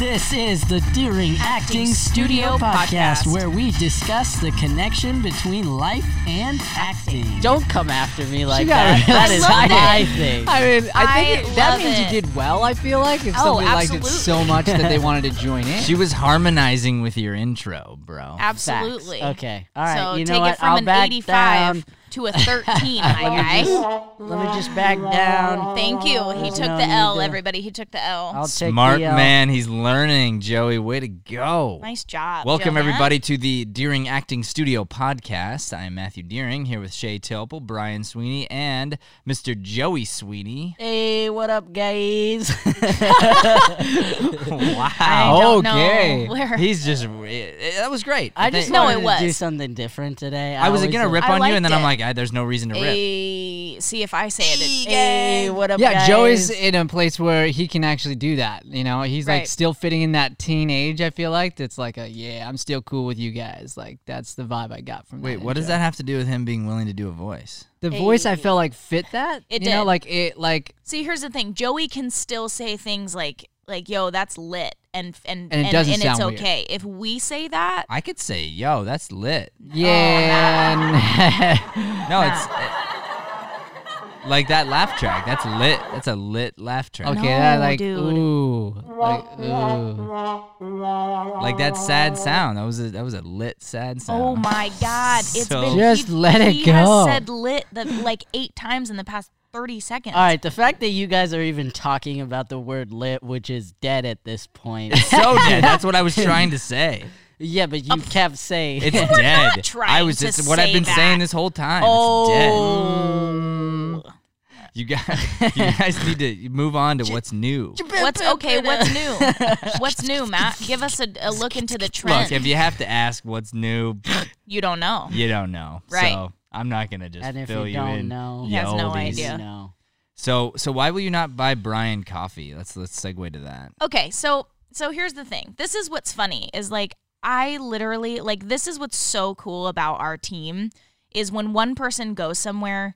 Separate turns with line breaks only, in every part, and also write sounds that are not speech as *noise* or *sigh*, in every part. This is the Deering Acting, Studio podcast,
Podcast.
where we discuss the connection between life and acting.
Don't come after me like
got
that.
it.
That
I
is
loved
my
it.
thing.
I mean, I
I
think it, that
love
means
it.
you did well. I feel like if
Oh,
somebody liked it
absolutely.
so much that they wanted to join
*laughs*
in.
She was harmonizing with your intro, bro.
Absolutely.
Okay. All right.
so
you know
take
what?
it from
I'll
an
back
85
down.
to
*laughs*
a 13, my guy.
Let me just back down.
Thank you. He took
no
the
need
L,
to-
everybody. He took the L.
I'll take
Smart
the, uh,
man, he's learning, Joey. Way to go.
nice job.
Welcome,
Jonah.
everybody, to the Deering Acting Studio podcast. I am Matthew Deering here with Shay Tilple, Brian Sweeney, and Mr. Joey
*laughs*
Sweeney. *laughs*
Hey, what up, guys? *laughs*
I
wow.
don't
Okay.
know where.
He's just, eh, that was great.
I just
Thank-
No,
wanted
it
to do
was.
something different today.
I was
always
going to
do-
rip
I
on you, and
liked
then I'm
it.
like, I, there's no reason to rip.
A, see if I say it. It's
Hey,
a-
what up,
yeah,
guys?
Joey's in a place where he can actually do that. You know, he's like
Right.
still fitting in that teenage. I feel like that's like a yeah, I'm still cool with you guys. Like that's the vibe I got from.
Wait,
that
what does
intro.
that have to do with him being willing to do a voice?
The voice I felt like fit that.
It
you know,
did.
like it like
Oh,
See, here's the thing. Joey can still say things like, like, yo, that's lit. And, and,
And it doesn't
and it's
sound weird.
okay. If we say that,
I could say, yo, that's lit.
yeah.
No, it's eh, like that laugh track. That's lit. That's a lit laugh track.
*laughs* okay, that
No,
like
dude.
ooh, like ooh.
Like that sad sound. That was a that was a lit sad sound.
oh my God, it's
So-
been.
Just
he,
let it
he
go.
has said lit the, like eight times in the past 30 seconds.
All right, the fact that you guys are even talking about the word lit, which is dead at this
*laughs*
point.
So
*laughs*
dead. That's what I was trying to say.
yeah, but you kept saying.
It's dead. I
trying
was
to
just what I've
say
been
that.
saying this whole time.
Oh.
It's dead. You guys, you guys need to move
*laughs*
on to what's new.
What's okay? What's
*laughs*
new? What's new, Matt? Give us a, a look into the trend.
Look, if you have to ask what's new,
you don't know.
you don't know.
*laughs* Right.
So I'm not gonna just
And if
fill
you
you,
don't
in.
know-
He has
you
no
oldies.
idea. Yeah.
No.
So so why will you not buy Brian coffee? Let's let's segue to that.
Okay, so so here's the thing. This is what's funny is like I literally like this is what's so cool about our team is when one person goes somewhere,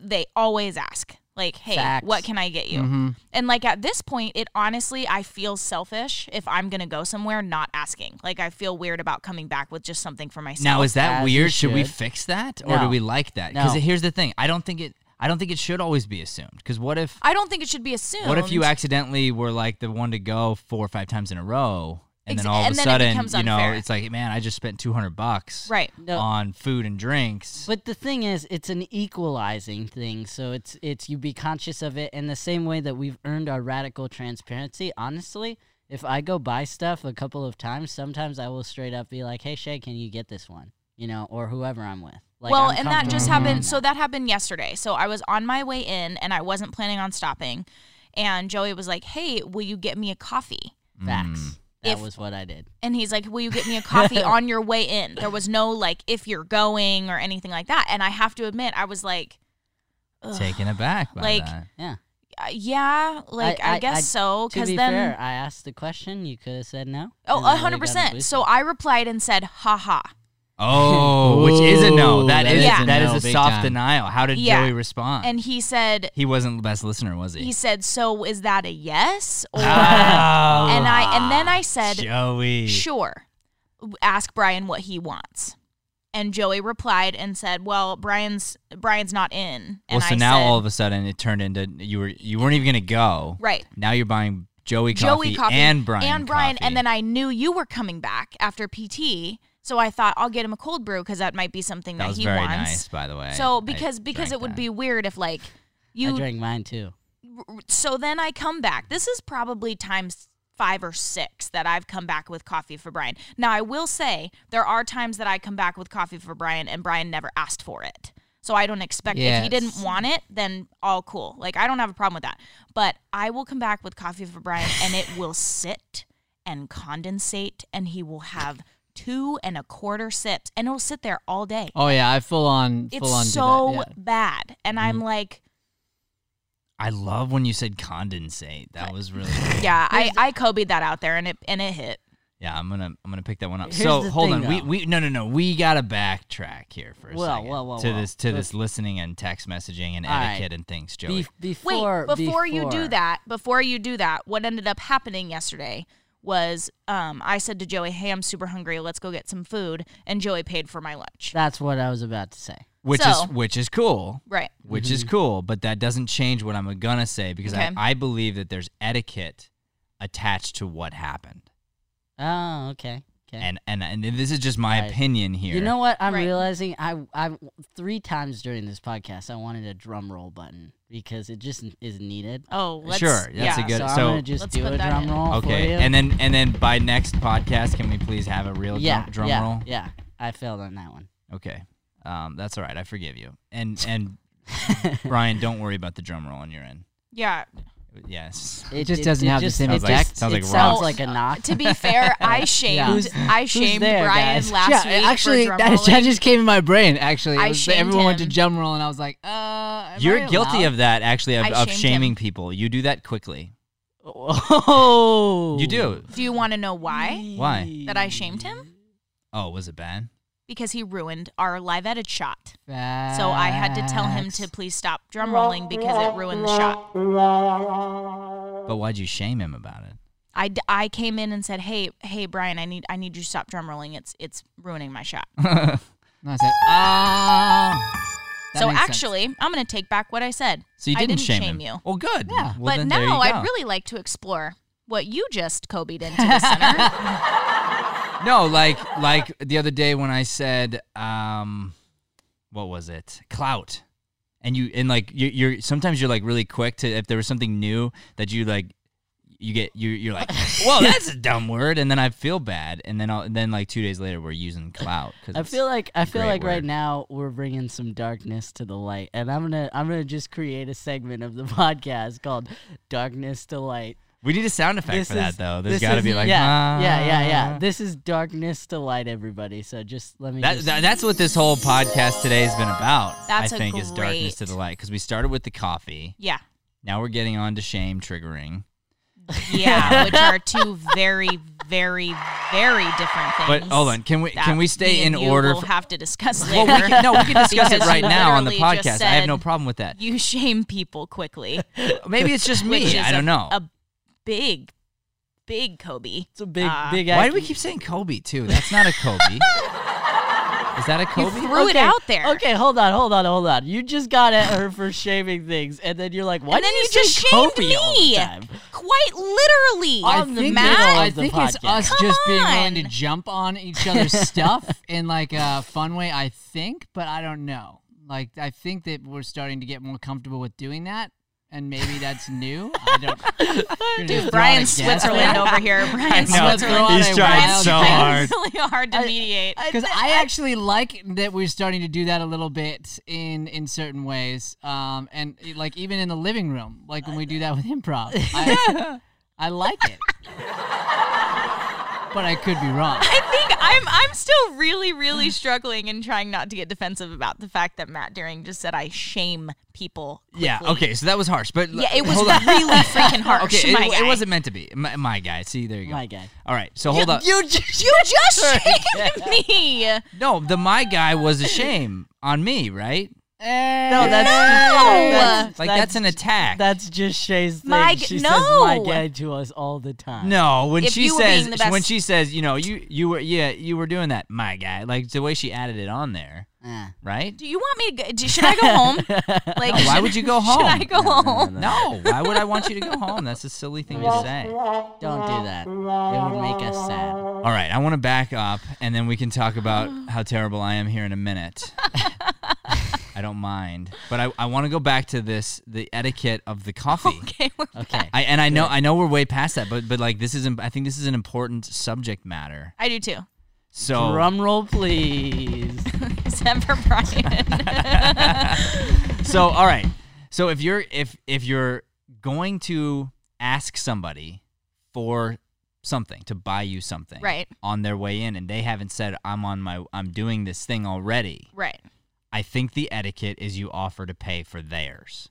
they always ask like, "Hey,
Facts.
what can I get you?"
Mm-hmm.
And like at this point, it honestly I feel selfish if I'm going to go somewhere not asking. Like I feel weird about coming back with just something for myself.
Now is that
As you
weird? Should we
should.
fix that or
No.
do we like that? Because
No.
here's the thing. I don't think it. I don't think it should always be assumed. Because what if
I don't think it should be assumed.
what if you accidentally were like the one to go four or five times in a row, and
Ex-
then all of
and
a
then it
sudden,
becomes
you know,
unfair.
it's like, man, I just spent two hundred bucks
Right.
No.
on food and drinks.
Um, But the thing is, it's an equalizing thing. So it's it's you be conscious of it in the same way that we've earned our radical transparency. Honestly, if I go buy stuff a couple of times, sometimes I will straight up be like, "Hey Shay, can you get this one?" You know, or whoever I'm with. Like,
well,
I'm
and that
comfortable
just
doing
happened. So that happened yesterday. So I was on my way in and I wasn't planning on stopping. And Joey was like, Hey, will you get me a coffee?
Hmm.
facts. That
Mm. If-
was what I did.
And he's like, Will you get me a
*laughs*
coffee on your way in? There was no like, if you're going or anything like that. And I have to admit, I was like, Ugh,
Taken aback by
Like,
that.
Yeah.
uh, Yeah, like, I,
I-
guess
I-
so.
To
Because
be
then.
fair, I asked the question. You could have said no.
Oh,
and I would've gotten
100%.
boosted.
So I replied and said, haha.
Oh, which is a no.
Ooh,
That
that
is
is a
that
no,
is a
big
soft
time.
denial. How did
Yeah.
Joey respond?
And he said,
he wasn't the best listener, was he? *laughs*
he said, so is that a yes?
*laughs*
Or,
Wow.
and I, and then I said,
Joey.
Sure. Ask Brian what he wants. And Joey replied and said, "Well, Brian's Brian's not in." And
well, so
I
now
said,
all of a sudden it turned into you were you weren't even gonna go.
right.
Now you're buying Joey coffee,
Joey coffee
and Brian
and Brian,
coffee.
and then I knew you were coming back after PT, so I thought I'll get him a cold brew because that might be something
that
that,
was
he
very
wants.
nice, by the way. I
So because because
drank
it would
that.
be weird if like
I
you.
drank mine too.
So then I come back. This is probably times five or six that I've come back with coffee for Brian. Now I will say there are times that I come back with coffee for Brian and Brian never asked for it. So I don't expect if he didn't
Yes.
want it, then all cool. Like I don't have a problem with that. But I will come back with coffee for Brian and it will sit and condensate and he will have two and a quarter sips and it'll sit there all day.
Oh yeah, I full on
It's
full on
so
did that. yeah. Mm-hmm.
bad. And I'm like,
I love
*laughs*
when you said condensate. That was really cool.
yeah, I, I Kobe'd that out there and it and it hit.
Yeah, I'm gonna I'm gonna pick that one up.
Here's
so
the
hold
thing,
on, we,
though.
we no no no we gotta backtrack here for a
Well,
second
well, well,
to
well.
this to this listening and text messaging and
All right.
etiquette and things, Joey.
Bef-
Wait,
before,
before, you do
before-
that, before you do that, what ended up happening yesterday was um, I said to Joey, "Hey, I'm super hungry. Let's go get some food." And Joey paid for my lunch.
That's what I was about to say.
which
So-
is which is cool,
right.
which
Mm-hmm.
is cool, but that doesn't change what I'm gonna say because
Okay.
I, I believe that there's etiquette attached to what happened,
Oh, okay. Okay.
and and and this is just my
Right.
opinion here.
You know what I'm
Right.
realizing? I I three times during this podcast I wanted a drum roll button because it just is needed.
Oh, let's,
Sure, that's a
yeah.
good-
so, I'm
so-
gonna just
Let's
do
put
a
that
drum
in.
roll for
okay,
you.
and then and then by next podcast, can we please have a real
yeah,
drum, drum
yeah,
roll?
Yeah, I failed on that one. *laughs*
Okay, um, that's all right. I forgive you. And and *laughs* Brian, don't worry about the drum roll on your end.
yeah.
Yes.
It
just doesn't have the same
it
effect.
just-
Sounds like
it
rocks.
sounds like a knock.
To be
*laughs*
fair, I shamed
Who's-
I shamed
there,
Brian
guys?
last
yeah,
week.
actually,
for drum
that, that
rolling.
just came in my brain. Actually, It
I
was-
shamed
everyone went to
him.
drum roll, and I was like, uh, am
You're
I
guilty
*laughs*
allowed?
of that, actually, of,
I
of
shamed
shaming people. You do that quickly.
oh,
You do.
Do you want to know why
Why?
that I shamed him?
Oh, was it bad?
Because he ruined our live edit shot. So I had to tell him to
Facts.
please stop drum rolling because it ruined the shot.
But why'd you shame him about it?
I, d- I came in and said, "Hey, hey Brian, I need I need you to stop drum rolling. It's it's ruining my
*laughs*
shot."
And I said, ah. That
so
makes sense.
actually, I'm going to take back what I said.
So you
I
didn't,
didn't
shame,
shame
him.
you.
Well, good.
Yeah.
Well,
but
then there you
now I'd
go.
really like to explore what you just cobied into the
*laughs*
center.
no, like like the other day when I said, um, what was it? Clout. And you and like you, you're sometimes you're like really quick to if there was something new that you like you get you you're like whoa that's a dumb word and then I feel bad and then I'll, and then like two days later we're using clout 'cause
I
it's-
feel like I feel
great
like right
word.
now we're bringing some darkness to the light, and I'm gonna I'm gonna just create a segment of the *laughs* podcast called "Darkness to Light."
we need a sound effect for that
is-
though there's
this
got to
is-
be like
yeah, yeah, yeah,
"Ah."
yeah. This is darkness to light, everybody. So just let me.
That,
just-
that, that's what this whole podcast today has been about.
That's
I
a
think is darkness to the
great-
light because we started with the coffee.
yeah.
Now we're getting on to shame triggering.
Yeah, which are two very very very different things.
But hold on, can we
that
can we stay
me
in
and you
order?
We'll
for-
have to discuss
well,
later.
we can, no,
*laughs*
we can discuss it
Because
right
you
now on the
literally just
podcast. I have
said
no problem with that.
you shame people quickly.
Maybe it's just
*laughs* which
*laughs* me.
is
I don't
a-
know.
A big, big Kobe.
it's a big,
Ah.
big.
Why
act-
do we keep saying Kobe too? That's not
*laughs*
a Kobe. is that a
You
Kobe?
threw it out there.
Okay, hold on, hold on, hold on. You just got at her for shaming things, and then you're like, "Why
and then
did
you,
you
just
say
shamed
Kobe
me.
all the time?"
Quite
I
literally.
I
on the
think,
middle
that-
of
I
the
think it's
podcast.
us
Come
just being willing to
on.
jump on
*laughs*
each other's stuff in like a fun way, I think, but I don't know. Like I think that we're starting to get more comfortable with doing that, and maybe that's new. I
*laughs*
don't. You're just throwing
Brian
a guess
Switzerland over *laughs* here. Brian
know.
Switzerland.
He's
I
trying
wild
so
guess.
hard.
It's really *laughs* hard to mediate.
because I actually like that we're starting to do that a little bit in in certain ways, um, and eh, like even in the living room, like when we do that with improv,
*laughs*
I, I like it. But I could be wrong.
I think I'm I'm still really really struggling and trying not to get defensive about the fact that Matt Deering just said I shame people.
yeah.
quickly.
Okay. So that was harsh. But
Yeah, it was
hold on.
*laughs* really freaking harsh.
Okay,
my
it, it
guy.
wasn't meant to be. My, my guy. See, there you go.
My guy.
All right. So hold
*laughs*
up.
You just *laughs* you just *laughs* shamed me.
No, the my guy was a shame on me, right?
No,
that's
No!
that's,
Like that's, an attack.
That's just Shay's thing.
My g-
she says my
no!
guy to us all the time.
no, when
If
she
you were being
says
the best-
when she says, you know, you you were yeah, you were doing that, my guy. Like the way she added it on there,
Eh.
right?
Do you want me to? Go, do- should I *laughs* go home? Like,
why
should-
would you go
*laughs* Should
home?
I go home?
No, *laughs* why would I want you to go home? That's a silly thing to say. All
Don't do that. It would make us sad.
right, I want to back up and then we can talk about how terrible I am here in
*laughs*
a minute. I don't mind, but I, I want to go back to this the etiquette of the coffee.
*laughs* Okay, we're
Okay.
I and I know I know we're way past that, but but like this is im- I think this is an important subject matter.
I do too.
So
Drum roll,
*laughs*
please.
*laughs* Except for Brian.
so all right. So if you're if if you're going to ask somebody for something to buy you something
Right.
on their way in and they haven't said I'm on my I'm doing this thing already,
*laughs* right.
I think the etiquette is you offer to pay for theirs.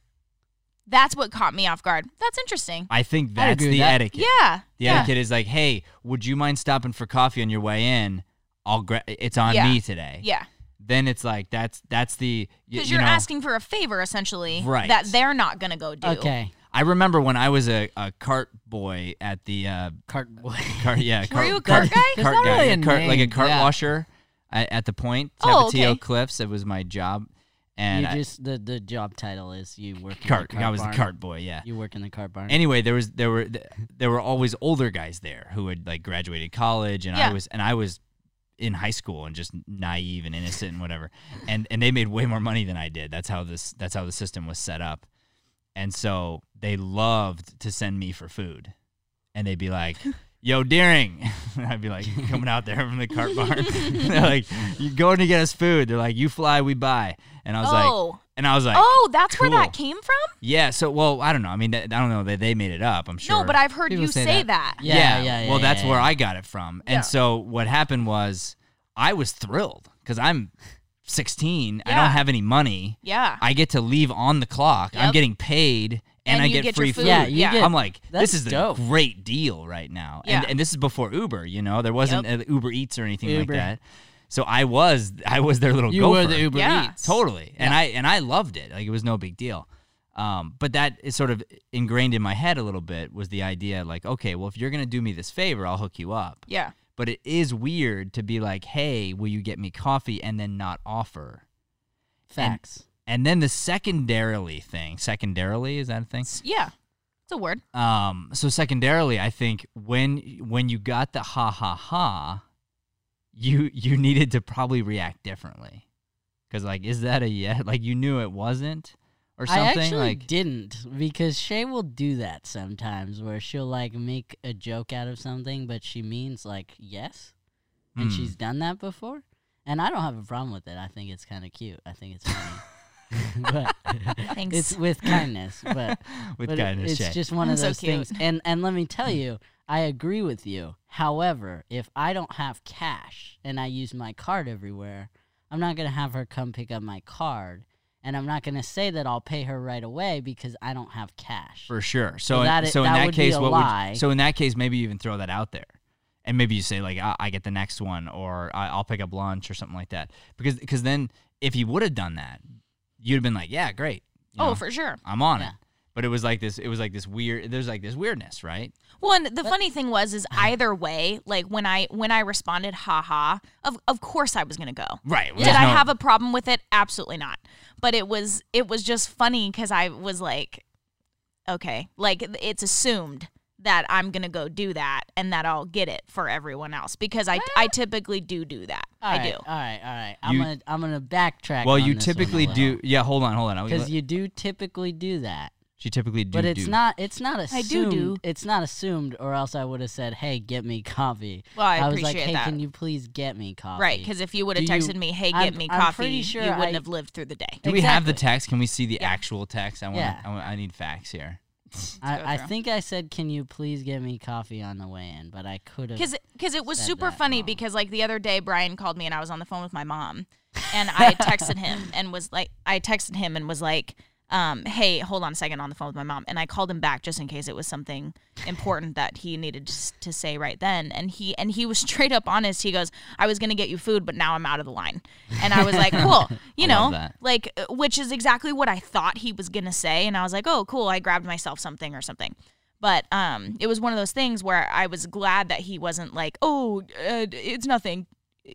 That's what caught me off guard. That's interesting.
I think
I
that's
agree with
the
that.
etiquette.
Yeah.
The
yeah.
etiquette is like, hey, would you mind stopping for coffee on your way in? I'll gra- it's on
Yeah.
me today.
Yeah.
Then it's like that's that's the y-
Because
you
you're
know,
asking for a favor essentially
Right.
that they're not gonna go do.
Okay.
I remember when I was a, a cart boy at the uh,
Cart *laughs* boy.
cart yeah cart, *laughs*
you a cart
cart
guy?
cart
There's not
guy
really
yeah,
a
cart- like a
name,
cart
yeah.
washer at, at the point
Oh,
Tapatio
okay.
Cliffs. It was my job, and
you
I-
just the, the job title is you work
cart,
in the cart
I was
barn.
the cart boy. Yeah.
You work in the cart barn.
Anyway, there was there were th- there were always older guys there who had like graduated college, and
Yeah.
I was and I was in high school and just naive and innocent and whatever. And and they made way more money than I did. That's how this that's how the system was set up. And so they loved to send me for food. And they'd
*laughs*
be like, Yo, Deering. *laughs* And I'd be like, coming out there from the cart barn. *laughs* They're like, You're going to get us food. They're like, You fly, we buy. And I was like,
Oh.
And I was like,
oh, that's where that
cool.
came from?
yeah. So, well, I don't know. I mean, that, I don't know that they made it up. I'm sure.
No, but I've heard
People
you
say
say, that.
Yeah, yeah, yeah.
well,
yeah,
that's
yeah,
where I got it from.
Yeah.
And so what happened was, I was thrilled because I'm 16. I
Yeah.
don't have any money.
Yeah.
I get to leave on the clock. I'm
Yep.
getting paid, and,
And
I
you
get,
get your
free
food.
food.
Yeah, you
Yeah.
get
I'm like,
That's
this is
dope.
a great deal right now.
Yeah.
And and this is before Uber. You know, there wasn't uh Uber Eats or anything like
Uber.
that. So I was I was their little
You
gopher.
were the Uber
Yeah.
Eats.
Totally. And I and I loved it. Like it was no big deal. Um, but that is sort of ingrained in my head a little bit was the idea like, okay, well if you're gonna do me this favor, I'll hook you up.
Yeah.
But it is weird to be like, hey, will you get me coffee and then not offer?
facts.
And then the secondarily thing, secondarily is that a thing?
Yeah. It's a word.
Um, so secondarily, I think when when you got the ha ha ha, you you needed to probably react differently, because like is that a yeah? *laughs* Like you knew it wasn't or something.
I actually
like
didn't because Shay will do that sometimes where she'll like make a joke out of something, but she means like yes, and
Hmm.
she's done that before, and I don't have a problem with it. I think it's kind of cute. I think it's funny, *laughs*
*laughs*
but
Thanks.
it's with kindness. But but
with Mm.
it-
kindness,
it's
Shay.
just one of
So
those things.
cute.
And and let me tell you, I agree with you. However, if I don't have cash and I use my card everywhere, I'm not gonna have her come pick up my card, and I'm not gonna say that I'll pay her right away because I don't have cash.
for sure. So
Well,
in-
that i-
so in
that
that
would be
case,
a
what
lie.
would so in that case maybe you even throw that out there, and maybe you say like I, I get the next one or I, I'll pick up lunch or something like that because because then if he would have done that, you'd have been like yeah great. you
oh,
know?
for sure.
I'm on
Yeah.
it. But it was like this. It was like this weird. There's like this weirdness, right?
Well, and the funny thing was is either way, like when I when I responded haha, of of course I was going to go.
Right.
Did I have a problem with it? Absolutely not. But it was it was just funny cuz I was like okay, like it's assumed that I'm going to go do that and that I'll get it for everyone else because I I typically do do that. I
Alright,
do.
All right, all right. I'm
You-
gonna I'm gonna backtrack.
Well, you typically do.
*laughs*
Yeah. Hold on. Hold on. I-
because you do typically do that.
she typically do.
but it's
do.
not it's not
I
assumed
do do.
it's not assumed or else I would have said, "Hey, get me coffee."
Well, I
was like,
appreciate
"Hey,
that.
can you please get me coffee?"
Right, cuz if you would have
Do you-
texted me, "Hey, get
I'm-
me
I'm
coffee,"
pretty sure
you wouldn't
I-
have lived through the day.
Do we have the
Exactly.
text? Can we see the actual text? I want.
Yeah.
I, want- I need facts here.
go
I, I
through.
think I said, "Can you please get me coffee on the way in?" But I could have.
because because it was
said
super
that
funny
wrong.
because like the other day Brian called me and I was on the phone with my mom and I
*laughs*
had texted him and was like I texted him and was like um, hey hold on a second on the phone with my mom and I called him back just in case it was something important that he needed to, s- to say right then and he and he was *laughs* straight up honest he goes I was gonna get you food but now I'm out of the line and I
*laughs*
was like cool you
I
know
love that.
like uh, which is exactly what I thought he was gonna say and I was like oh cool I grabbed myself something or something but um, it was one of those things where I was glad that he wasn't like, oh, uh, it's nothing.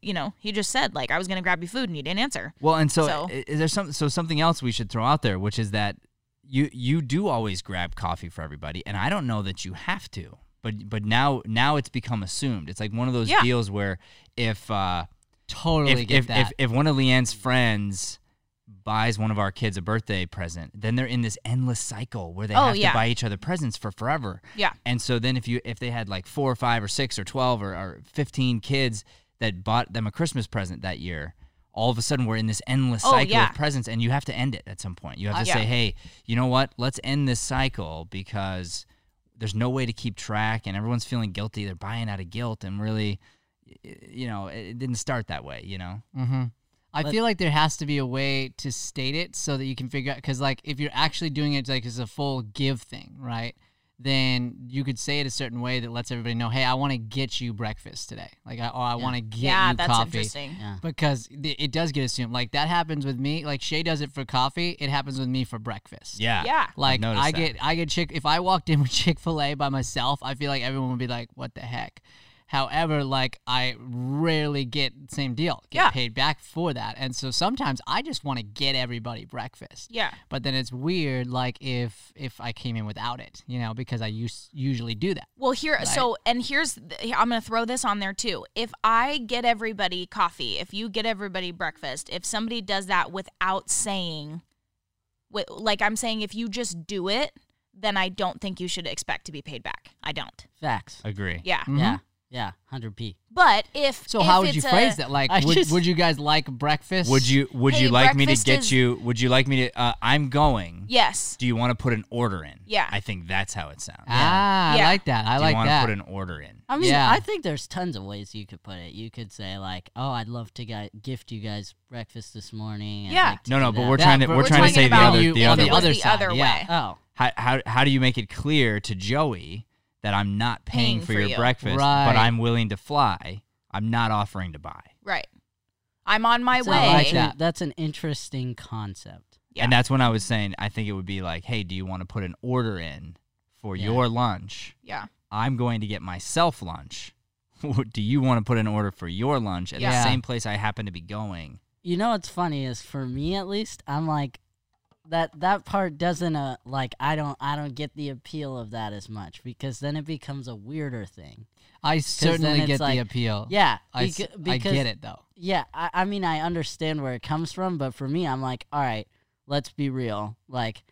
You know, he just said like I was gonna grab you food and you didn't answer.
Well, and so,
So-
i- is there some so something else we should throw out there, which is that you you do always grab coffee for everybody, and I don't know that you have to, but but now now it's become assumed. It's like one of those
Yeah.
deals where if uh,
Totally
if,
get
if,
that.
if if one of Leanne's friends buys one of our kids a birthday present, then they're in this endless cycle where they
Oh,
have
yeah.
to buy each other presents for forever.
Yeah.
And so then if you if they had like four or five or six or twelve or, or fifteen kids that bought them a Christmas present that year, all of a sudden we're in this endless
Oh,
cycle
yeah.
of presents and you have to end it at some point. You have to
I-
say,
Uh, Yeah.
Hey, you know what? Let's end this cycle because there's no way to keep track and everyone's feeling guilty. They're buying out of guilt and really y- you know, it it didn't start that way, you know?
hmm I
But-
feel like there has to be a way to state it so that you can figure out because like if you're actually doing it like as a full give thing, right? Then you could say it a certain way that lets everybody know, hey, I want to get you breakfast today, like I, or I want to get
yeah,
you
that's
coffee.
interesting.
Yeah.
Because th- it does get assumed. Like that happens with me. Like Shay does it for coffee. It happens with me for breakfast.
Yeah.
Yeah.
Like
noticed
I
that.
get I get Chick if I walked in *laughs* with Chick fil A by myself, I feel like everyone would be like, What the heck? However, like I rarely get the same deal, get
Yeah.
paid back for that. And so sometimes I just want to get everybody breakfast.
Yeah.
But then it's weird like if if I came in without it, you know, because I us- usually do that.
Well, here, so, and here's, th- I'm going to throw this on there too. If I get everybody coffee, if you get everybody breakfast, if somebody does that without saying, wi- like I'm saying, if you just do it, then I don't think you should expect to be paid back. I don't.
Facts.
Agree.
Yeah.
Yeah. Yeah. 100p.
But if,
Mm-hmm. So
if
how would
it's
you
a-
phrase
*laughs*
that? Like
I
would,
just-
would you guys like breakfast?
Would you Would
Hey,
you like me to
breakfast
get
is-
you? Would you like me to? Uh, I'm going.
Yes.
Do you want to put an order in?
Yeah.
I think that's how it sounds.
Ah,
Yeah.
I like that.
Do
I
you
like
want
that.
to put an order in?
I mean,
Yeah.
I think there's tons of ways you could put it. You could say like, "Oh, I'd love to gui- gift you guys breakfast this morning." I'd
Yeah.
like to
No,
do
no, but
that."
we're
That-
trying to
but
we're,
we're
trying
talking
to say the
about
other
you-
the
on
other
if it
way.
was
other
the
side,
other
yeah.
way.
Oh,
how, how how do you make it clear to Joey that I'm not paying,
Paying
for
for
your
you.
breakfast,
Right.
but I'm willing to fly. I'm not offering to buy,
Right. I'm on my
so
way.
I like
that's an-
that.
That's an interesting concept.
Yeah.
and that's when I was saying I think it would be like, hey, do you want to put an order in for
Yeah.
your lunch?
yeah.
I'm going to get myself lunch. *laughs* do you want to put an order for your lunch at
Yeah.
the same place I happen to be going?
You know what's funny is for me at least, I'm like that that part doesn't uh, like I don't I don't get the appeal of that as much because then it becomes a weirder thing.
I certainly
it's
get
like-
the appeal.
Yeah,
I, s-
becau-
I
because-
get it though.
Yeah, I, I mean, I understand where it comes from, but for me, I'm like, all right, let's be real. Like,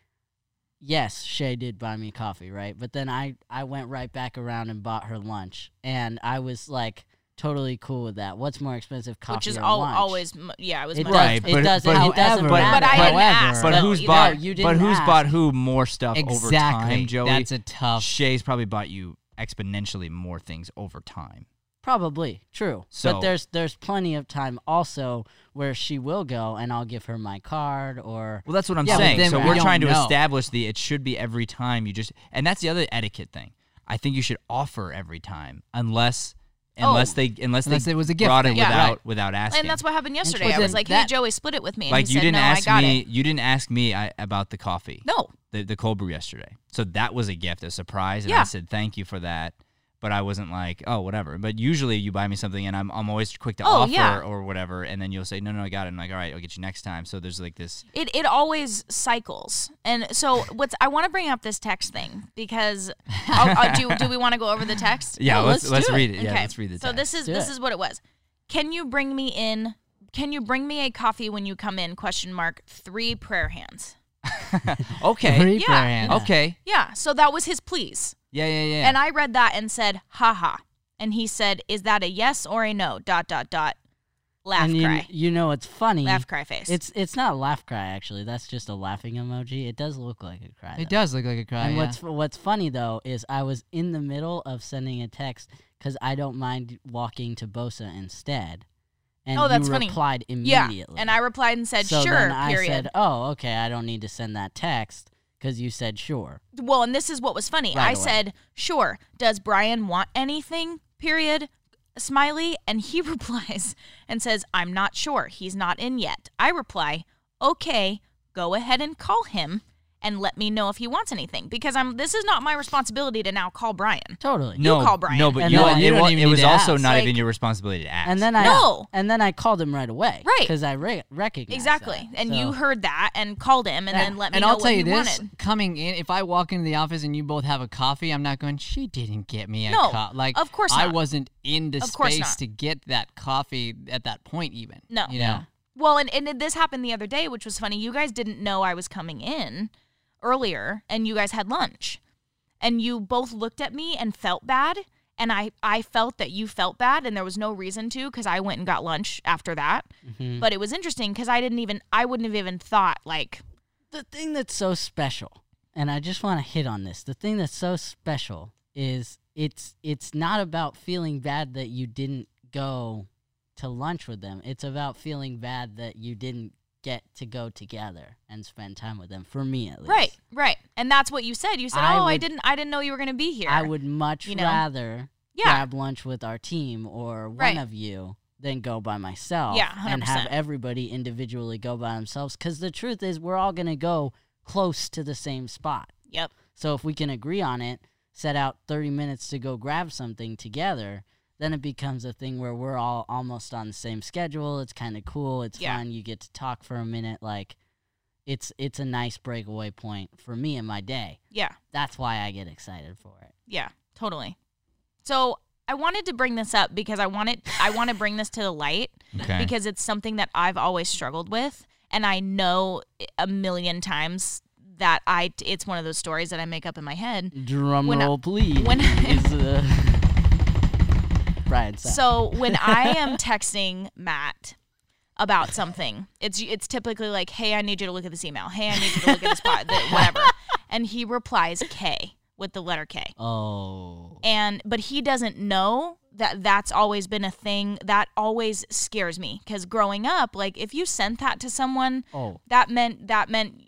yes, Shay did buy me coffee, right? But then I, I went right back around and bought her lunch, and I was like, totally cool with that. What's more expensive, coffee
Which is
or
al-
lunch?
always, m- yeah, I was
It
much-
does,
Right,
it
but-
doesn't,
but-
it doesn't
However-
matter.
But I didn't
However-
ask.
But
though,
who's
you know?
bought?
you
but
didn't
who's
ask.
bought who more stuff
Exactly.
over time, Joey?
That's a tough.
Shay's probably bought you exponentially more things over time.
Probably true,
So-
but there's there's plenty of time also where she will go, and I'll give her my card or
Well, that's what I'm
Yeah, but
saying.
then
So
we
we're
don't
trying to
know.
establish the it should be every time you just and that's the other etiquette thing. I think you should offer every time unless unless
Oh.
they unless,
Unless
they
it was a gift
brought it
thing.
Yeah.
without
Right.
without asking.
And that's what happened yesterday.
Well,
I was
then
like, "Hey,
that-
Joey, split it with me." And
like
he
you
said,
didn't
"No,
ask
I got
me
it."
you didn't ask me I, about the coffee.
No,
The the cold brew yesterday. So that was a gift, a surprise and I
Yeah.
said thank you for that. But I wasn't like, oh, whatever. But usually you buy me something and I'm, I'm always quick to
Oh,
offer
yeah.
or whatever. And then you'll say, no, no, I got it. And like, all right, I'll get you next time. So there's like this.
it it always cycles. And so, what's I want to bring up this text thing because I'll, I'll, do do we want to go over the text?
Yeah,
No,
let's,
let's
let's
do it.
read it. Yeah, let's read the
So
text.
this is
Do
this
it.
is what it was. Can you bring me in? Can you bring me a coffee when you come in? Question mark. Three prayer hands.
Okay.
Three
Yeah. Oh,
brand.
Okay.
Yeah. So that was his please.
Yeah, yeah, yeah.
And I read that and said, haha. And he said, is that a yes or a no? Dot, dot, dot. Laugh
and you,
cry.
you know it's funny
Laugh cry face.
It's it's not a laugh cry actually. That's just a laughing emoji. It does look like a cry.
It
though.
does look like a cry.
And
yeah.
what's what's funny though is I was in the middle of sending a text because I don't mind walking to Bosa instead, and
Oh, that's
you
funny.
replied
yeah.
immediately.
And I replied and said,
so
sure,
then I
period.
said, "Oh, okay. I don't need to send that text because you said sure."
well, and this is what was funny.
Right
I
away.
said, sure. Does Brian want anything? Period. Smiley. And he *laughs* replies and says, I'm not sure. He's not in yet. I reply, okay, go ahead and call him and let me know if he wants anything because I'm this is not my responsibility to now call Brian.
Totally.
no,
call Brian.
No, but
And
you,
then
know what?
you
it,
don't
wa-
even
it
need
was
to
also
ask.
not
Like-
even your responsibility to ask.
And then I
No.
and then I called him right away.
Right.
Because I re- recognized
Exactly.
that.
And
So-
you heard that and called him and then let me
and
know
I'll
what
tell
he
you this:
wanted.
coming in, if I walk into the office and you both have a coffee, I'm not going. She didn't get me a
No,
coffee. Like,
of course
I
not.
wasn't in the
Of course
space
not.
to get that coffee at that point, even.
No.
you know,
Well, and, and this happened the other day, which was funny. You guys didn't know I was coming in earlier, and you guys had lunch, and you both looked at me and felt bad, and I I felt that you felt bad, and there was no reason to because I went and got lunch after that.
Mm-hmm.
But it was interesting because I didn't even I wouldn't have even thought like
the thing that's so special and i just want to hit on this the thing that's so special is it's it's not about feeling bad that you didn't go to lunch with them. It's about feeling bad that you didn't get to go together and spend time with them. For me, at least,
Right, right. And that's what you said. You said,
I
"Oh, I
would-
didn't I didn't know you were going to be here."
I would much
you know?
rather
Yeah.
grab lunch with our team or one
Right.
of you than go by myself.
Yeah,
and have
100%.
everybody individually go by themselves. Because the truth is, we're all gonna go close to the same spot.
Yep.
So if we can agree on it, set out 30 minutes to go grab something together, then it becomes a thing where we're all almost on the same schedule. It's kind of cool. It's
Yeah.
fun. You get to talk for a minute. Like, it's it's a nice breakaway point for me in my day.
Yeah.
That's why I get excited for it.
Yeah, totally. So, I wanted to bring this up because I wanted I want *laughs* to bring this to the light
Okay.
because it's something that I've always struggled with and I know a million times that I it's one of those stories that I make up in my head.
Drum
When I-
roll, please.
when I-
is, *laughs* uh, Brian, so,
So *laughs* when I am texting Matt about something, it's it's typically like, "Hey, I need you to look at this email. Hey, I need you to look at this *laughs* pod, that- whatever." And he replies K with the letter K.
oh,
And but he doesn't know that that's always been a thing that always scares me cuz growing up, like if you sent that to someone,
oh,
that meant that
*laughs*
meant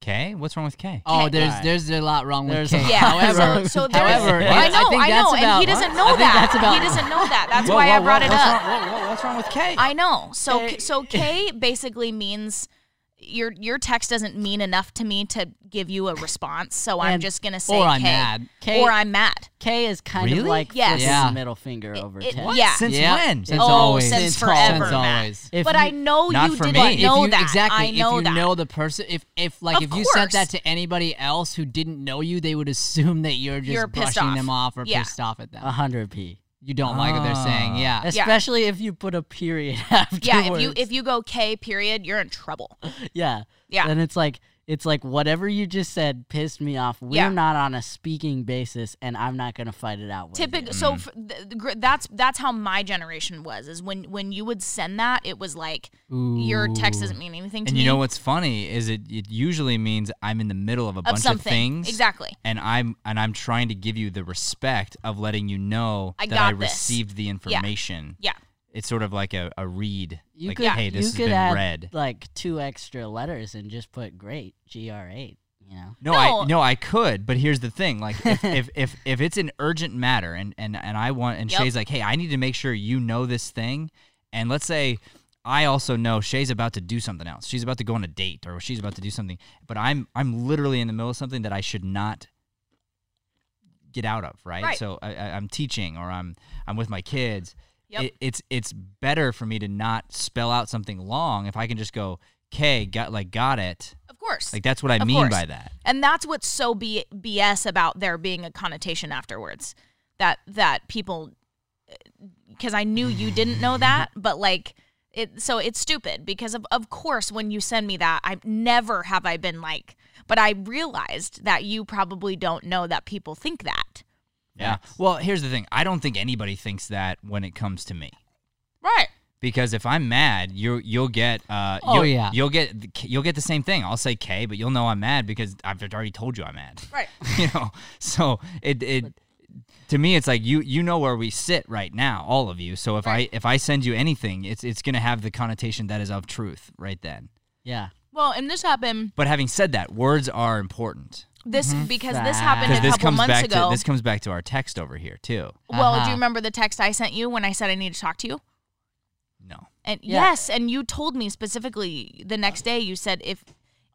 K? What's wrong with K?
Oh, there's
Right.
there's a lot wrong with
There's
Kate.
a-
yeah.
However,
so, so there's-
however,
I know,
I think
I
that's
know,
about,
and he doesn't know
I think
that.
That's about
he doesn't know that. That's
Whoa,
why
whoa,
I brought
whoa,
it
what's
up.
Wrong, whoa, whoa, what's wrong with K?
I know. So so K basically means your your text doesn't mean enough to me to give you a response. So I'm
And-
just gonna say
or I'm
K.
mad.
K-
or I'm mad.
K is kind of
Really?
like
Yes.
flipping
Yeah.
the middle finger over
It-
ten.
Yeah.
Since
Yeah.
when?
Since
Oh,
always.
since
Since
forever, Matt.
always.
If
but
you-
I know
not
you
for
didn't
me.
If
know
you,
that.
Exactly.
I know
if you
that.
know the person, if if like
Of
if you
course.
sent that to anybody else who didn't know you, they would assume that you're just
You're pissed
brushing
off.
them off or
Yeah.
pissed off at them.
a hundred p.
you don't like what they're saying.
Ah.
Yeah.
Especially if you put a period *laughs* afterwards.
yeah, if you if you go K period, you're in trouble.
yeah,
Yeah.
then it's like it's like whatever you just said pissed me off. We're
Yeah.
not on a speaking basis, and I'm not gonna fight it out. with you.
Typical. So f- th- th- gr- that's that's how my generation was. Is when when you would send that, it was like your text doesn't mean anything to
And
me.
you know what's funny is it, it usually means I'm in the middle of a
Of
bunch
something.
of things.
Exactly.
And I'm and I'm trying to give you the respect of letting you know
I
that I
got this.
received the information.
Yeah.
It's sort of like a, a read.
You
like,
could
hey, this
you
has
could
been
add
read.
like two extra letters and just put great G R eight. You know.
No,
No.
I no, I could, but here's the thing: like, if if, *laughs* if, if it's an urgent matter, and and and I want, and
Yep.
Shay's like, hey, I need to make sure you know this thing, and let's say I also know Shay's about to do something else. She's about to go on a date, or she's about to do something, but I'm I'm literally in the middle of something that I should not get out of, right?
Right.
So I, I, I'm teaching, or I'm I'm with my kids.
Yep.
It, it's it's better for me to not spell out something long if I can just go, okay, got like got it.
Of course.
Like that's what I
Of
mean
course.
by that.
And that's what's so B- BS about there being a connotation afterwards. That that people because I knew you didn't
*laughs*
know that, but like it so it's stupid because of of course when you send me that, I never have I been like but I realized that you probably don't know that people think that.
Yeah. Well, here's the thing. I don't think anybody thinks that when it comes to me.
Right.
Because if I'm mad, you you'll get uh
Oh,
you'll,
yeah.
you'll get the- you'll get the same thing. I'll say K, but you'll know I'm mad because I've already told you I'm mad. *laughs*
Right.
you know. So it it to me it's like you you know where we sit right now, all of you. So if
Right.
I if I send you anything, it's it's going to have the connotation that is of truth right then.
Yeah.
*laughs* Well, and this happened
But having said that, words are important
this because this happened a
Mm-hmm. because this
couple
comes
months
back
ago.
to this comes back to our text over here too.
well, do
Uh-huh.
you remember the text I sent you when I said I need to talk to you?
No.
And
Yeah.
yes, and you told me specifically the next day. You said if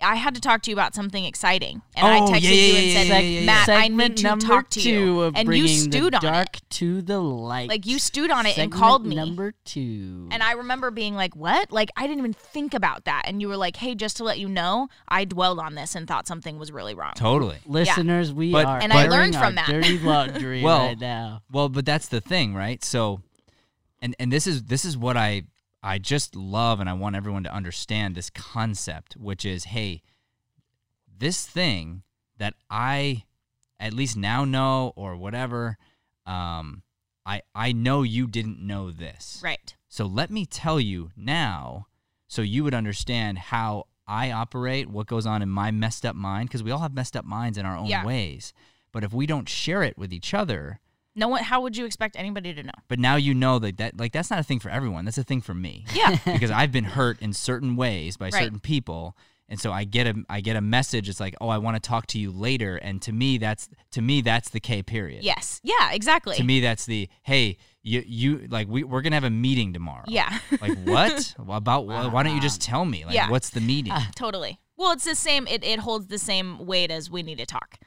I had to talk to you about something exciting, and I
Oh,
texted
yeah,
you
yeah,
and
yeah,
said,
yeah,
Seg-
"Matt, I
segment
need to
number
talk to
two
you,"
of
and you
bringing
stewed
the
on
dark
it.
to the light.
Like you stewed on it
Segment
and called me.
Number two.
And I remember being like, "What?" Like I didn't even think about that. And you were like, "Hey, just to let you know, I dwelled on this and thought something was really wrong."
Totally.
listeners, we
But-
are
And
I
airing
learned
our
from that.
dirty laundry
*laughs* Well,
right now.
Well, but that's the thing, right? So, and and this is this is what I I just love, and I want everyone to understand this concept, which is, hey, this thing that I at least now know or whatever, um, I I know you didn't know this,
Right.
so let me tell you now so you would understand how I operate, what goes on in my messed up mind, because we all have messed up minds in our own
Yeah.
ways. But if we don't share it with each other,
No one. How would you expect anybody to know?
But now you know that, that like that's not a thing for everyone. That's a thing for me.
Yeah. *laughs*
because I've been hurt in certain ways by
Right.
certain people. And so I get a I get a message. It's like, oh, I want to talk to you later. And to me, that's to me that's the K period.
yes. Yeah. Exactly.
To me, that's the hey, you you like we we're gonna have a meeting tomorrow.
Yeah.
*laughs* like
*laughs*
what Well, about wh- why don't you just tell me like
Yeah. Uh,
what's the meeting
totally. Well, it's the same. It, it holds the same weight as we need to talk,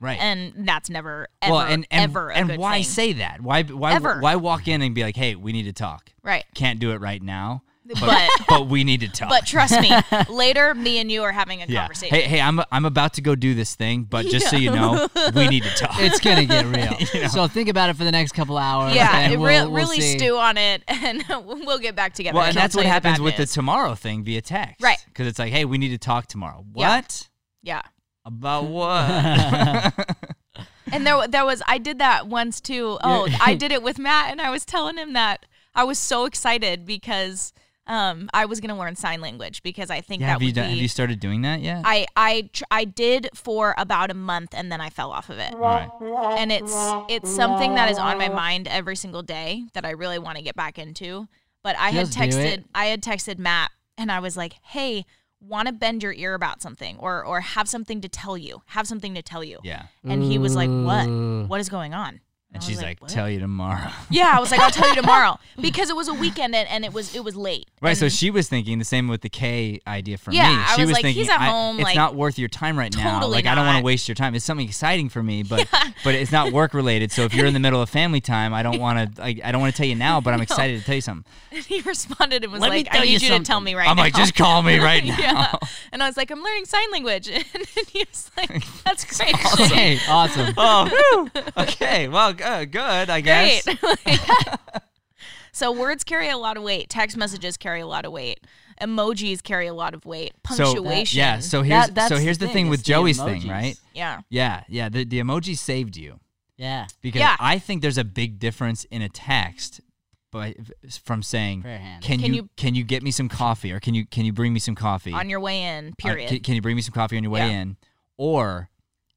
right
and that's never ever
and and,
ever a
and
good
why
thing.
say that why why
Ever.
why walk in and be like hey we need to talk
right.
can't do it right now
But-
*laughs* but we need to
*laughs*
talk
But trust
*laughs*
me, later me and you are having a
yeah
conversation.
hey hey I'm I'm about to go do this thing but just so you know we
*laughs*
need to talk
It's gonna get *laughs* real. So think about it for the next couple hours.
yeah,
and
it
we'll,
re-
we'll
really
see.
stew on it, *laughs* and we'll get back together.
well and
I'll
that's
tell
what
you the
happens
bad
with the
news.
tomorrow thing via text
Right.
because it's like hey we need to talk tomorrow
Yeah.
what
yeah. *laughs*
about what
And there, wa- there was I did that once too. Oh,
*laughs*
I did it with Matt, and I was telling him that I was so excited because um, I was going to learn sign language because I think
*laughs* yeah
that
have
would
you done,
be.
have you started doing that yet
I I tr- I did for about a month, and then I fell off of it.
All right.
And it's it's something that is on my mind every single day that I really want to get back into. But I
Just do
had texted
it.
I had texted Matt, and I was like, "Hey, want to bend your ear about something, or or have something to tell you, have something to tell you."
yeah Mm.
And he was like, "What?
Ooh.
What is going on?" I
and
was
she's like,
"What?"
tell you tomorrow *laughs*
Yeah, I was like, I'll tell you tomorrow because it was a weekend and, and it was it was late.
Right, so she was thinking the same with the K idea for
Yeah,
me.
I
She
was
was,
like,
thinking
he's at
I-
home,
it's
like,
not worth your time right now.
totally
Like I don't want
not.
to waste your time. It's something exciting for
*laughs*
me, but but it's not work related. So if you're in the middle of family time,
*laughs*
I don't want to like I don't want to tell you now, but I'm excited to tell you something.
And *laughs* he responded and was
Let me
like, I
tell
need
you
you, to tell
something.
me right
I'm
now.
like, just call me right now.
*laughs* yeah. And I was like, I'm learning sign language. *laughs* And he was
*laughs*
like, that's great.
Okay,
*laughs*
awesome.
Oh, whew. okay. Well, good, good I
*laughs*
guess. *laughs*
Great. so words carry a lot of weight. Text messages carry a lot of weight. Emojis carry a lot of weight.
So
Punctuation.
yeah, so here's
That- that's
so
the
here's the
thing,
thing with
it's the
Joey's
emojis.
thing, right?
yeah.
Yeah, yeah. The the emoji saved you.
Yeah.
because
Yeah.
I think there's a big difference in a text, but from saying,
Prayer hand.
"Can,
Can
you,
you-
can you get me some coffee?" or "Can you can you bring me some coffee?"
On your way in,
Uh,
period.
can, can you bring me some coffee on your way
Yeah.
in? Or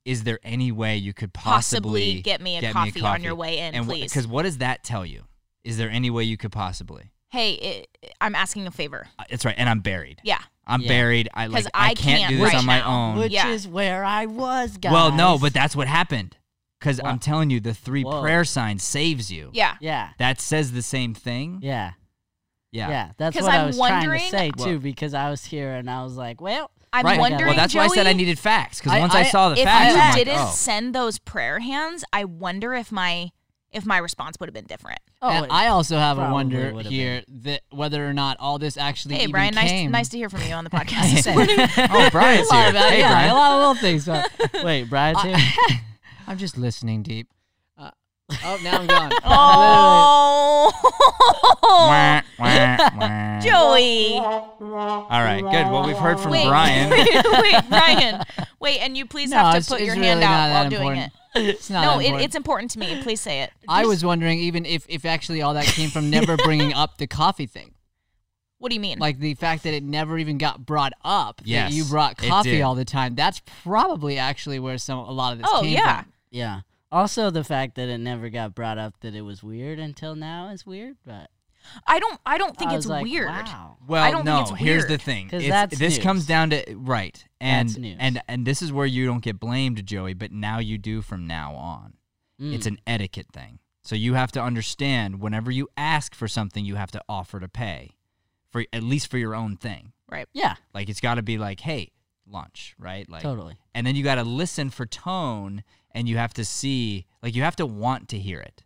is there any way you could
Possibly
possibly,
get me a coffee on your way in, please.
Because what does that tell you? Is there any way you could possibly?
hey, it, I'm asking a favor.
Uh, That's right. And I'm buried.
Yeah.
I'm
Yeah.
buried. I
'Cause
like I,
I
can't,
can't
do this
right
on my
now.
own.
Which
Yeah.
is where I was, guys.
Um, Well, no, but that's what happened. Because
Wha-
I'm telling you, the three
Whoa.
prayer signs saves you.
Yeah.
Yeah.
That says the same thing.
Yeah.
Yeah.
Yeah. That's
'Cause
what i
I'm
was
wondering-
trying to say
Well-
too, because I was here and I was like, well,
I'm
right.
wondering,
well, that's why I said I
Joey,
needed facts because
I-
once I,
I-
saw the
if
facts,
you
I'm like,
didn't
oh.
send those prayer hands, I wonder if my if my response would have been different.
and
*laughs*
it-
I also have a
probably
wonder
would've
here that whether or not all this actually
Hey,
e
even
Brian, nice
came. *laughs*
nice to hear from you
*laughs*
on the podcast. this morning.
oh, Brian's
a lot
here.
of that-
Hey,
yeah, *laughs* a
Brian.
lot of little things. But *laughs*
wait, Brian, too?
I, am just listening deep. Uh, oh, now
*laughs*
I'm gone.
Oh,
Wah, wah,
*laughs*
wah.
Joey.
All right, good. Well, we've heard from
Wait,
Brian.
wait, *laughs* wait, Brian. Wait, and you please
No,
have to
it's-
put
it's
your
really
hand
not
out
that
while doing
important.
it.
It's not
No,
that
it,
important.
it's important to me. Please say it.
I was wondering even if, if actually all that
*laughs*
came from never bringing up the coffee thing,
What do you mean?
like the fact that it never even got brought up.
Yes,
that you brought
it
coffee
did.
all the time. That's probably actually where some a lot of this
oh
came
yeah,
from.
yeah. Also, the fact that it never got brought up that it was weird until now is weird, but
I don't. I don't think
I
it's
was like,
weird.
Wow.
Well,
I don't
no.
think it's
here's the
weird.
thing.
'Cause
It's-
that's
this
news.
comes down to right, and
That's news.
and and this is where you don't get blamed, Joey. But now you do from now on.
Mm.
It's an etiquette thing. So you have to understand whenever you ask for something, you have to offer to pay, for at least for your own thing.
Right.
Yeah,
Like it's got to be like, hey, lunch, right? Like
totally.
and then you got to listen for tone and you have to see like you have to want to hear it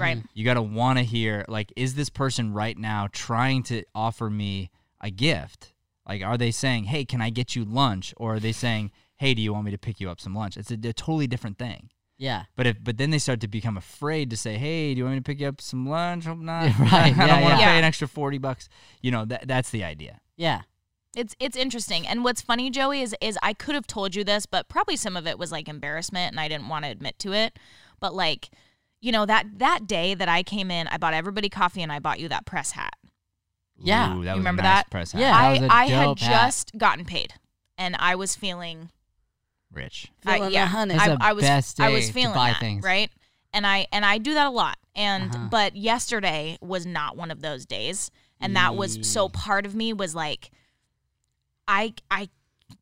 Mm-hmm.
Right.
you got to want to hear like is this person right now trying to offer me a gift like are they saying hey can i get you lunch or are they saying hey do you want me to pick you up some lunch it's a, a totally different thing
Yeah.
but if but then they start to become afraid to say hey do you want me to pick you up some lunch
*laughs*
hope not
Yeah, right.
*laughs* i
Yeah,
don't want to
yeah.
pay an extra 40 bucks you know that that's the idea
Yeah.
It's it's interesting. And what's funny, Joey, is is I could have told you this, but probably some of it was like embarrassment and I didn't want to admit to it. But like, you know, that that day that I came in, I bought everybody coffee and I bought you that press hat.
Yeah.
Ooh,
You
that was
remember
a nice
that?
press hat.
Yeah, that
I
was a
I had
dope hat.
just gotten paid and I was feeling
rich
I-
Feeling the
yeah,
honey.
That's
I,
the
I was
best
I
day
was
to
feeling
buy
that,
things.
right? and I and I do that a lot. And but yesterday was not one of those days, and that was so part of me was like, I I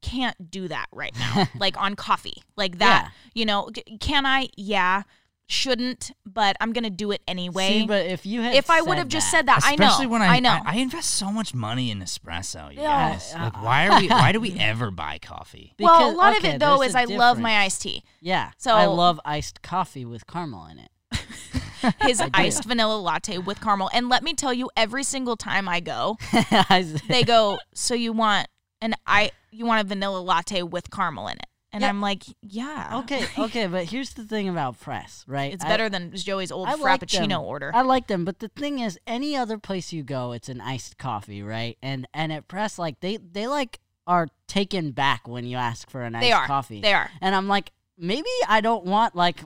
can't do that right now. like on coffee, like that. You know, c- can I? Yeah, shouldn't, but I'm gonna do it anyway.
See, but if you had
if I
said
would have just
that-
said that, I
Especially
know.
when I,
know.
I invest so much money in espresso. You
Yeah.
guys, like why are we? Why
*laughs*
do we ever buy coffee?
well, a
because-
lot of
okay,
it though
there's
is
a
I love my
difference. *laughs*
iced tea.
Yeah.
So-
So I love iced coffee with caramel in it.
His iced vanilla latte with caramel. And let me tell you, every single time I go,
I s- *laughs*
they go, "So you want an I you want a vanilla latte with caramel in it?" And
Yeah.
I'm like, "Yeah, *laughs*
okay, okay, but here's the thing about press, right?
It's
I-
better than Joey's old
I like
frappuccino
them.
order."
I like them, but the thing is, any other place you go, it's an iced coffee, right? And and at press, like they they like are taken back when you ask for an iced
they are
coffee.
They are.
and I'm like, maybe I don't want like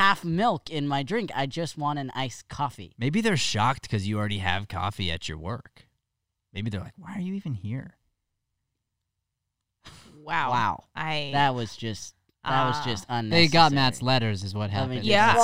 half milk in my drink. I just want an iced coffee.
Maybe they're shocked because you already have coffee at your work. Maybe they're like, "Why are you even here?"
Wow.
Wow,
I
that was just that
Ah.
was just unnecessary.
They got Matt's letters, is what happened.
just-
yeah.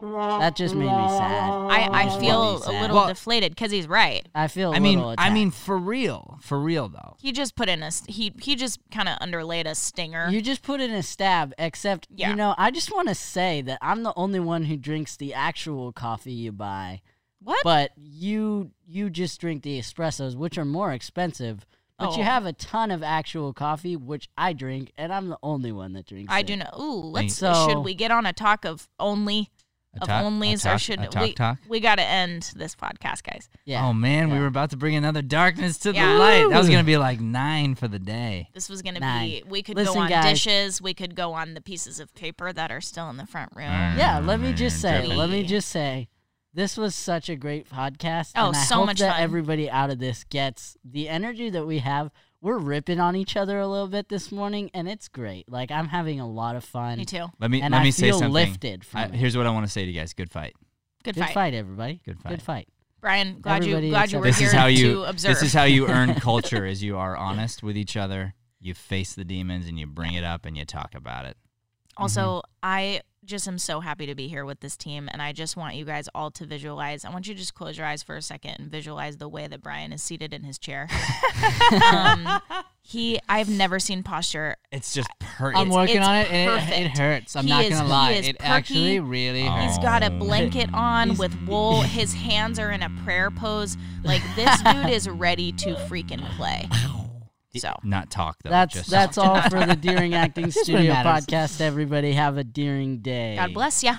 That just made me sad.
I, I
Just
feel
made
a
me sad.
little
Well-
deflated because he's right.
I feel. I
I mean, I mean, for real, for real though.
He just put in a st- he he just kind of underlaid a stinger.
You just put in a stab, except,
Yeah.
you know, I just want to say that I'm the only one who drinks the actual coffee you buy,
what?
but you you just drink the espressos, which are more expensive. But
Oh.
you have a ton of actual coffee, which I drink, and I'm the only one that drinks.
I
it.
do know. Ooh, let's.
So-
should we get on a talk of only
A
of
talk- a
onlys, or
talk-
should
a talk
we?
talk?
We got to end this podcast, guys.
Yeah.
Oh man, we
Yeah.
were about to bring another darkness to
Yeah.
the light. That was
Woo.
gonna be like nine for the day.
This was gonna be.
Nine.
We could go
Listen,
on
guys.
dishes. We could go on the pieces of paper that are still in the front room.
yeah, let me just say, let me
Dirty.
just say, this was such a great podcast.
Oh,
and I
so
hope
much
that
fun.
everybody out of this gets the energy that we have. We're ripping on each other a little bit this morning, and it's great. Like I'm having a lot of fun.
Me too.
Let me
And
let
I
me say
feel
something.
lifted from
I-
it.
here's what I want to say to you guys. Good fight.
Good,
Good
fight.
fight. everybody.
Good
Good fight.
Brian. Glad you.
Everybody
Glad you
except-
were
this
here
is how you
to observe.
this is how
*laughs*
you earn culture is you are honest with each other you face the demons and you bring it up and you talk about it
Also, I just am so happy to be here with this team, and I just want you guys all to visualize. I want you to just close your eyes for a second and visualize the way that Brian is seated in his chair. *laughs* um, he, I've never seen posture.
it's just per-
I'm
it's-
working
it's
on it, and it, it
perfect.
hurts. I'm
He
not
is-
gonna
he
lie,
is
it actually
perky.
really
Oh.
hurts.
He's got a
Oh.
blanket on with wool. His hands are in a prayer pose. Like this dude is ready to freaking play. So
not talk though
That's
just *laughs*
that's all for the Deering Acting
what
Studio
matters.
podcast. Everybody have a Deering day.
God bless ya.